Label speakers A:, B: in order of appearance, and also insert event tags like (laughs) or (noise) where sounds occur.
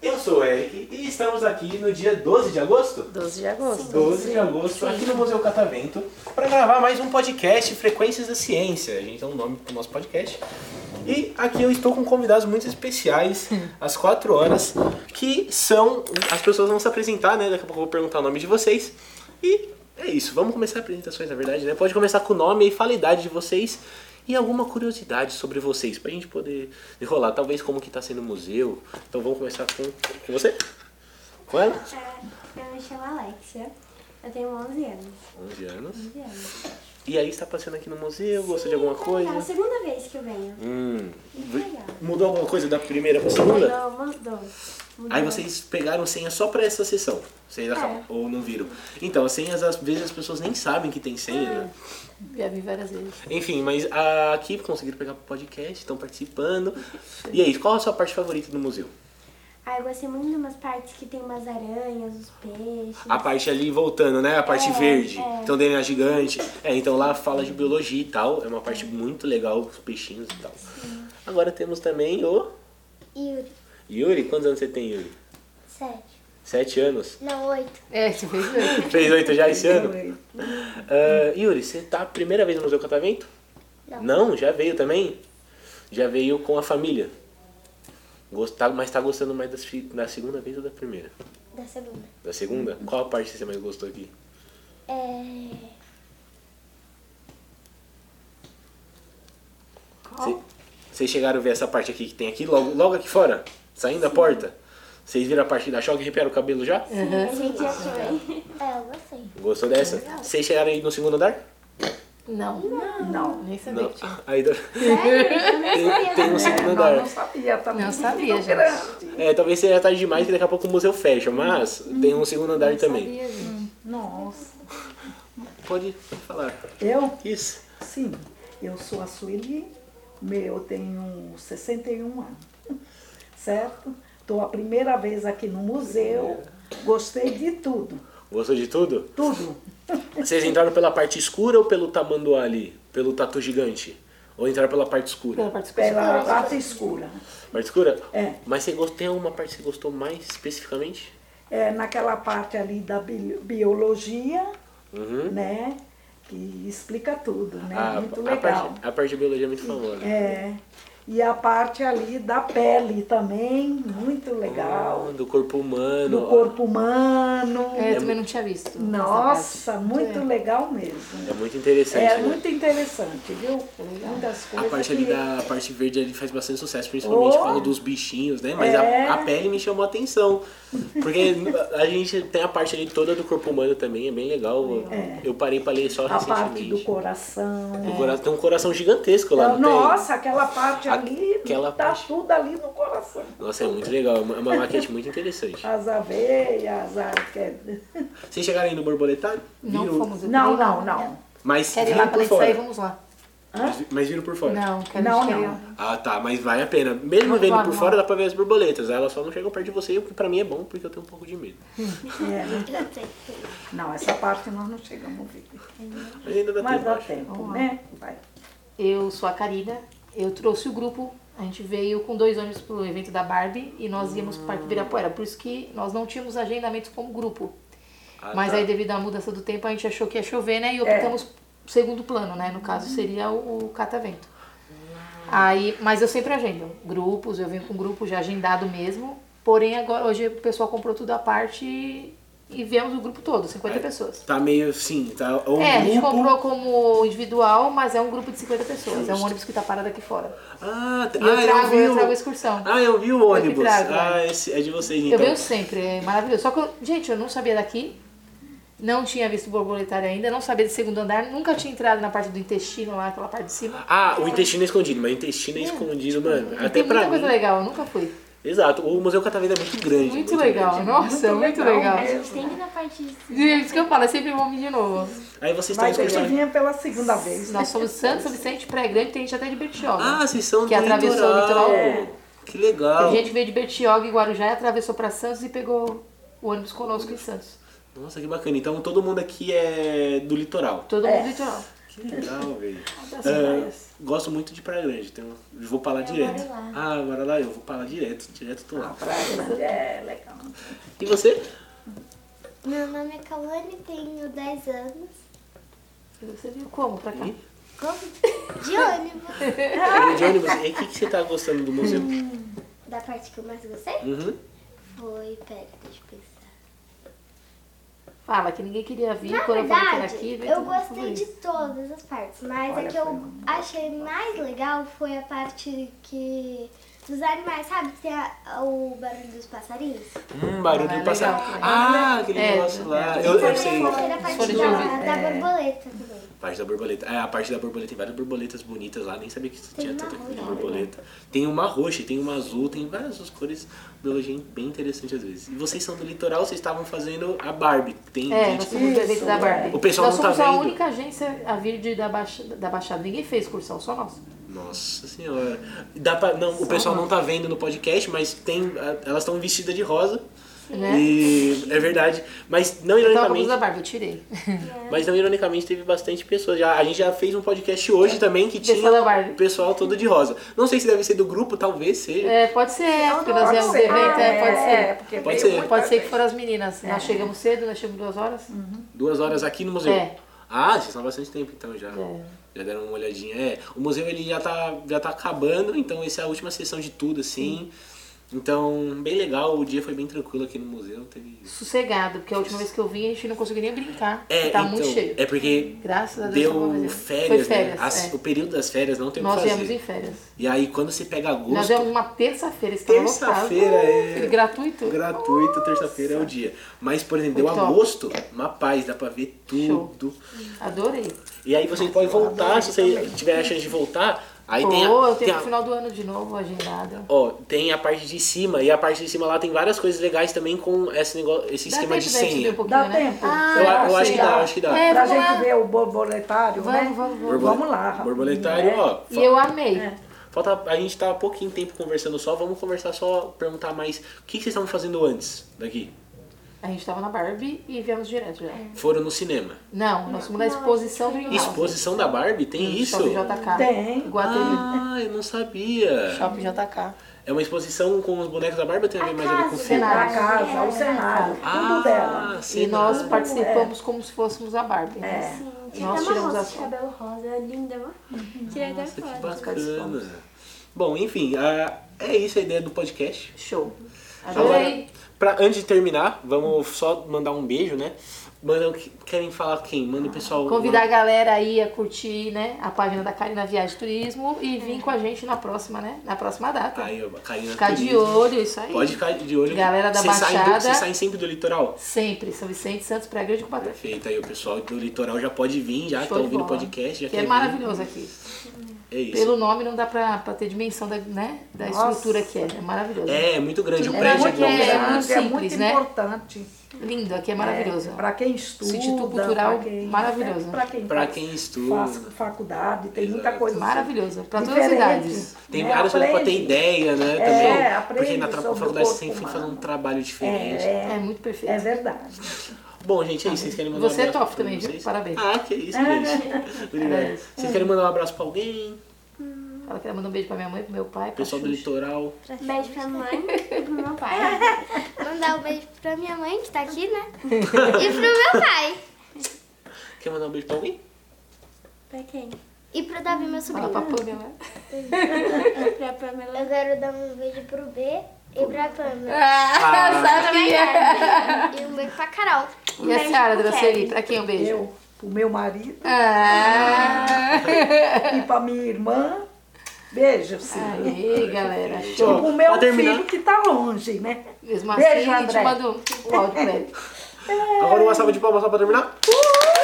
A: Eu sou o Eric e estamos aqui no dia 12 de agosto.
B: 12 de agosto.
A: 12 de agosto, aqui no Museu Catavento, para gravar mais um podcast Frequências da Ciência. A gente tem um nome para o nosso podcast. E aqui eu estou com convidados muito especiais, às 4 horas, que são. As pessoas vão se apresentar, né? Daqui a pouco eu vou perguntar o nome de vocês. E é isso, vamos começar apresentações, na verdade, né? Pode começar com o nome e fala a idade de vocês e alguma curiosidade sobre vocês, pra gente poder enrolar, talvez como que tá sendo o museu. Então vamos começar com, com você? Com ela?
C: Eu me chamo Alexia, eu tenho 11 anos.
A: 11 anos.
C: 11 anos.
A: E aí está passando aqui no museu, gosta de alguma
C: Tá legal,
A: coisa? né?
C: segunda vez que eu venho.
A: Hum.
C: Muito legal.
A: Mudou alguma coisa da primeira pra segunda?
C: Mudou, mudou. mudou.
A: Aí vocês pegaram senha só pra essa sessão.
C: É.
A: Vocês acabam, ou não viram. Então, as senhas, às vezes as pessoas nem sabem que tem senha, né?
B: Já vi várias vezes.
C: É.
A: Enfim, mas ah, aqui conseguiram pegar pro podcast, estão participando. E aí, qual a sua parte favorita do museu?
C: Ah, eu gostei muito de umas partes que tem umas aranhas, os peixes.
A: A parte ali voltando, né? A parte
C: É,
A: verde.
C: é.
A: Então, DNA gigante. É, então lá fala de biologia e tal. É uma parte muito legal, os peixinhos e tal. Agora temos também o
C: Yuri,
A: Yuri. Quantos anos você tem, Yuri?
C: 7.
A: Sete anos? (laughs)
C: Não, 8.
B: É, você fez dois.
A: Fez oito já esse ano? Ah, Yuri, você tá a primeira vez no Museu Catavento?
C: Não.
A: já veio também? Já veio com a família? Gostar, mas tá gostando mais das fi- da segunda vez ou da primeira?
C: Da segunda.
A: Da segunda? Qual a parte que você mais gostou aqui?
C: É.
A: Cê- Vocês chegaram a ver essa parte aqui que tem aqui, logo, logo aqui fora? Saindo da porta? Vocês viram a parte que dá choque e arrepiaram o cabelo já?
C: A gente já foi. É, eu gostei.
A: Gostou dessa? Vocês chegaram aí no segundo andar?
B: Não. Não. Nem sabia que tinha.
A: Aí do- (laughs) tem, tem um segundo
D: Não, não
A: andar.
D: sabia, tá
B: Não
D: muito
B: sabia, gente.
D: grande.
A: É, talvez seja tarde demais que daqui a pouco o museu fecha,
D: Uhum.
A: mas tem um segundo andar também.
B: Sabia, gente.
D: Nossa.
A: Pode falar.
D: Eu,
A: Isso.
D: sim, eu sou a Sueli, meu, eu tenho 61 anos, certo? Estou a primeira vez aqui no museu, gostei de tudo,
A: Gostou de tudo?
D: tudo.
A: (laughs) Vocês entraram pela parte escura ou pelo tamanduá ali? Pelo tatu gigante? Ou entraram pela parte
B: Pela
A: escura?
B: participação. É,
D: Pela parte escura.
A: Parte escura?
D: É.
A: Mas você gostou, tem alguma parte que você gostou mais especificamente?
D: É, naquela parte ali da bi- biologia,
A: Uhum. Ah,
D: né? Que explica tudo, né?
A: A,
D: Muito
A: a
D: legal.
A: parte, a parte de biologia é muito famosa.
D: É. E a parte ali da pele também, muito legal.
A: Ah, Do corpo humano.
D: Do corpo humano.
B: É, eu também não tinha visto.
D: Nossa, muito legal mesmo.
A: É muito interessante.
D: É
A: né?
D: muito interessante, viu? Muitas coisas.
A: A parte
D: que-
A: ali da a parte verde ali faz bastante sucesso, principalmente
D: Oh!
A: falando dos bichinhos, né? Mas
D: É.
A: a, a pele me chamou a atenção. Porque a gente tem a parte ali toda do corpo humano também, é bem legal.
D: É.
A: Eu parei pra ler só
D: A parte do
A: recentemente.
D: coração.
A: O cora- Tem um coração gigantesco lá, não tem?
D: Nossa, aquela parte
A: A-
D: ali,
A: aquela
D: tá
A: parte.
D: tudo ali no coração.
A: Nossa, é muito legal. É uma é uma maquete muito interessante.
D: As aveias, a... que- é-
A: Vocês chegaram aí no borboletário?
B: Não
A: Viram-
B: fomos. eu
D: Não,
B: queria ir lá.
D: não, não.
A: Mas
B: Quero ir lá
A: viram
B: pela
A: por
B: isso aí,
A: fora.
B: vamos lá.
D: Hã?
A: Mas viram por fora.
B: Não, quero
D: Não,
B: quero ir
D: não.
B: lá.
A: Ah, tá, mas vale a pena. Mesmo
B: Não,
A: vendo
B: claro,
A: por
B: não.
A: fora, dá pra ver as borboletas. Elas só não chegam perto de você, o que pra mim é bom, porque eu tenho um pouco de medo.
D: É. Não, essa parte nós não chegamos a ver.
A: Mas ainda dá
D: Mas
A: tempo,
D: dá
A: acho.
D: tempo, né? Vai.
B: Eu sou a Karina, eu trouxe o grupo. A gente veio com dois ônibus pro evento da Barbie e nós íamos pro Parque Ibirapuera. Por isso que nós não tínhamos agendamentos como grupo.
A: Ah,
B: Mas
A: tá.
B: aí, devido à mudança do tempo, a gente achou que ia chover,
A: É.
B: né? E optamos pro segundo plano, né? No caso, seria o, o catavento. Aí, mas eu sempre agendo grupos, eu venho com grupo já agendado mesmo. Porém, agora hoje o pessoal comprou tudo à parte e, e viemos o grupo todo, 50 pessoas.
A: Tá meio assim, tá ou um
B: É, a gente
A: grupo.
B: comprou como individual, mas é um grupo de 50 pessoas. É um ônibus que tá parado aqui fora.
A: Ah, t-
B: E eu
A: ah,
B: trago-
A: vi
B: eu
A: o-
B: trago a excursão.
A: Ah, eu vi o ônibus.
B: trago,
A: ah,
B: é.
A: esse é de vocês
B: Eu
A: então.
B: venho sempre, é maravilhoso. Só que, eu, gente, eu não sabia daqui, não tinha visto borboletário ainda, não sabia de segundo andar, nunca tinha entrado na parte do intestino lá, aquela parte de cima.
A: Ah, o intestino é escondido, mas o intestino é, escondido, mano.
B: E
A: Até
B: tem muita
A: pra mim.
B: coisa legal, eu nunca fui.
A: Exato, o Museu Catavento é muito grande.
B: Muito legal,
A: grande.
B: nossa, muito,
D: Muito
B: legal.
D: legal
C: A gente tem que ir na parte de cima.
B: E é isso que eu falo, eu sempre vou de novo.
A: Aí vocês estão
D: Vai ter que
A: excursão.
D: vir pela segunda vez.
B: Nós somos Santos, São Vicente, Praia Grande, tem gente até de Bertioga.
A: Ah, vocês são
B: Que
A: do
B: atravessou o
A: litoral.
B: litoral.
A: Que legal.
B: Tem gente que veio de Bertioga e Guarujá e atravessou pra Santos e pegou o ônibus conosco em Santos.
A: Nossa, que bacana. Então todo mundo aqui é do litoral.
B: Todo
D: É.
B: mundo litoral.
A: Que legal, velho.
D: Das
A: Ah,
D: praias.
A: gosto muito de Praia Grande, então eu vou pra lá direto.
C: moro lá.
A: Ah, agora lá eu vou pra lá direto, direto tô
B: Ah.
A: lá.
D: Praia, é legal.
A: E você?
C: Meu nome é Kalane, tenho 10 anos.
B: E Você veio como pra cá?
C: Como?
A: (laughs)
C: De ônibus.
A: Eu vou de ônibus. E o que, que você tá gostando do museu?
C: Da parte que eu mais gostei
A: Uhum.
C: foi. Pera, deixa eu pensar.
B: Fala, que ninguém queria vir.
C: Na
B: quando eu falei
C: verdade,
B: que era aqui, veio
C: eu
B: todo mundo
C: gostei
B: falar
C: de
B: isso.
C: todas as partes, mas
D: Olha,
C: a que eu
D: foi um-
C: achei mais legal foi a parte que. Dos animais, sabe? Que tem a- o barulho dos passarinhos.
A: Hum, barulho
B: Ah, é
A: do passado.
B: legal, né?
A: Ah, aquele
B: É,
A: negócio lá.
D: é.
A: Eu, eu
C: Também
A: sei.
C: gostei da
B: Folha
C: parte
B: de
C: da,
B: ouvido.
C: da
D: É.
C: borboleta também.
A: Parte da borboleta. É, a parte da borboleta tem várias borboletas bonitas lá, nem sabia que tinha
C: uma
A: tanta
C: roxa,
A: de borboleta. Tem uma roxa, tem uma azul, tem várias outras cores biologia bem interessante às vezes. E vocês são do litoral, vocês estavam fazendo a Barbie. Tem
B: É, nós
A: gente.
B: somos do evento
D: Isso,
B: da Barbie.
A: O pessoal
B: nós
A: não tá
B: somos a
A: vendo.
B: única agência a vir de, da, Baixa- da Baixada. Ninguém fez excursão, só nós.
A: Nossa senhora. Dá pra, não, o pessoal não tá vendo no podcast, mas tem. a- Elas estão vestidas de rosa.
B: Né?
A: E é verdade. Mas não
B: Então, a blusa
A: ironicamente.
B: da Barbie, eu tirei.
A: Mas não ironicamente teve bastante pessoas. Já, a gente já fez um podcast hoje também que
B: Pessoal
A: tinha
B: da Barbie.
A: o pessoal todo de rosa. Não sei se deve ser do grupo, talvez seja.
B: (laughs) É, pode ser, é, porque nós
D: Pode
B: viemos do
D: ser.
B: evento, é, pode
D: É,
B: ser. É.
D: porque
A: Pode
D: veio
A: ser.
D: muita
B: Pode ser que
D: gente.
B: foram as meninas. Nós chegamos cedo, nós chegamos duas horas.
A: Duas horas aqui no museu.
B: É.
A: Ah, vocês estão há bastante tempo então já.
B: É.
A: Já deram uma olhadinha. É, o museu ele já tá, já tá acabando, então essa é a última sessão de tudo, assim. Então, bem legal, o dia foi bem tranquilo aqui no museu. Teve.
B: Sossegado, porque a última vez que eu vim a gente não conseguiu nem brincar.
A: É,
B: tá
A: então,
B: muito cheio.
A: é porque
B: Graças a Deus. acabou
A: deu
B: mesmo.
A: férias,
B: Foi
A: né?
B: férias.
A: As-
B: é.
A: O período das férias não tem o que
B: Nós viemos
A: fazer.
B: em férias.
A: E aí, quando você pega
B: Nós
A: agosto,
B: viemos uma terça-feira, estava lotado.
A: Terça-feira, é.
B: Gratuito.
A: gratuito, terça-feira é o dia. Mas, por exemplo, deu
B: Foi top.
A: agosto, uma paz, dá pra ver tudo.
B: Adorei.
A: E aí vocês podem voltar, se você tiver a chance de voltar. Aí
B: Pô,
A: tem a,
B: eu
A: tem
B: tenho
A: a-
B: o final do ano de novo agendado.
A: ó, tem a parte de cima, e a parte de cima lá tem várias coisas legais também com esse, negócio, esse
B: Dá
A: esquema
B: tempo
A: de
B: da gente ver
A: senha.
B: um pouquinho,
D: Dá
B: né?
D: tempo?
A: Eu, eu acho
D: sim.
A: que dá, eu acho que dá.
B: É,
D: Pra
B: vamos lá.
D: gente ver o borboletário,
B: Vamos,
D: né?
B: vamos, vamos.
D: Vamos lá.
A: Borboletário,
D: né?
A: ó.
B: É, E eu amei.
D: É.
A: Falta, a gente tá há pouquinho tempo conversando só, vamos conversar só, perguntar mais. O que, que vocês estavam fazendo antes daqui?
B: A gente tava na Barbie e viemos direto já.
D: É.
A: Foram no cinema.
B: Não, nós fomos na exposição do
A: Exposição da Barbie? Tem isso?
B: Shopping tá JK.
D: Tem.
B: Guatemi.
A: Ah, eu não sabia.
B: Shopping JK.
A: É uma exposição com os bonecos da Barbie ou tem a ver mais a ver com o
C: Acaso,
A: filme?
B: cenário.
D: A casa, o cenário, tudo dela.
A: Ah,
B: E nós
A: cenário.
B: participamos como se fôssemos a Barbie. né?
D: É.
C: Sim,
B: tinha Nós até uma tiramos rosa a de foto.
C: cabelo rosa, é linda, mano.
B: Uhum.
C: Tirei até
A: Nossa, que
D: participamos.
A: bacana. Bom, enfim, a- é isso a ideia do podcast.
B: Show.
A: Agora,
B: Adorei.
A: pra, antes de terminar, vamos só mandar um beijo, né? Manda, querem falar quem? Manda o pessoal.
B: Convidar a galera aí a curtir, né, a página da Karina Viagem Turismo
D: É.
B: e vir com a gente na próxima, né, na próxima data.
A: Aí, ó, Karina
B: Ficar de
A: Turismo.
B: olho, isso aí.
A: Pode ficar de olho.
B: Galera da
A: Vocês saem do-
B: Baixada.
A: Vocês saem sempre do litoral?
B: Sempre, São Vicente, Santos, Praia Grande, Cubatão.
A: Perfeito, aí o pessoal do litoral já pode vir, já que tá
B: Show de
A: ouvindo o
B: bola.
A: podcast, já
B: que
A: quer
B: é
A: vir.
B: maravilhoso aqui.
A: É isso.
B: Pelo nome não dá pra, pra ter dimensão da, né, da
D: Nossa.
B: estrutura que é. É maravilhoso.
A: É, é muito grande. O
B: É
A: prédio é
B: muito
A: grande.
B: grande.
A: né?
B: muito
D: é
B: simples,
D: muito
B: né?
D: importante.
B: Lindo, aqui é maravilhoso.
D: Para quem estuda.
B: Instituto Cultural
D: pra quem-
B: maravilhoso.
D: Para quem,
A: Pra
D: faz-
A: quem estuda.
D: faz faculdade, tem muita
A: Exato.
D: coisa.
B: Maravilhoso. Pra todas as
D: diferente,
B: idades.
A: Tem
D: né?
A: várias coisas pra ter
D: Aprende.
A: ideia, né?
D: É,
A: também. Porque
D: aprende
A: na tra-
D: sobre o
A: faculdade você
D: corpo
A: sempre foi fazer um
D: humano.
A: trabalho diferente.
B: É,
D: É,
B: muito
D: é, é
B: perfeito.
D: verdade.
A: Bom, gente, é isso. Vocês querem mandar
B: Você
A: um
B: é
A: abraço
B: top
A: pra
B: também, viu?
A: vocês?
B: Parabéns.
A: Ah, que isso,
D: É. (laughs)
A: gente. Obrigado. Vocês querem mandar um abraço pra alguém?
B: Ela queria mandar um beijo pra minha mãe, pro meu pai, pra
A: Pessoal do
B: Xuxa.
A: litoral.
C: Beijo pra mãe e (laughs) pro meu pai. Mandar um beijo pra minha mãe, que tá aqui, né? E pro meu pai.
A: Quer mandar um beijo pra alguém?
C: Pra quem? E pro Davi, meu
B: Fala pra Pamela.
C: Pra Pamela. Eu quero dar um beijo pro B e pra Pamela.
B: Ah, sabia!
C: E um beijo pra Carol.
B: E a Sara, Draceli, pra quem um beijo?
D: Eu, o meu marido
B: Ah!
D: e para minha irmã.
B: É.
D: Beijo, sim.
B: Aí, galera.
D: E
B: Show.
D: Tipo, o meu
A: Tipo, Pra terminar.
D: filho que tá longe, né?
B: Mesmo assim,
D: Beijo,
B: a gente
D: André.
B: manda um áudio pra ele.
D: é.
A: Agora uma salva de palmas só pra terminar. Uhul!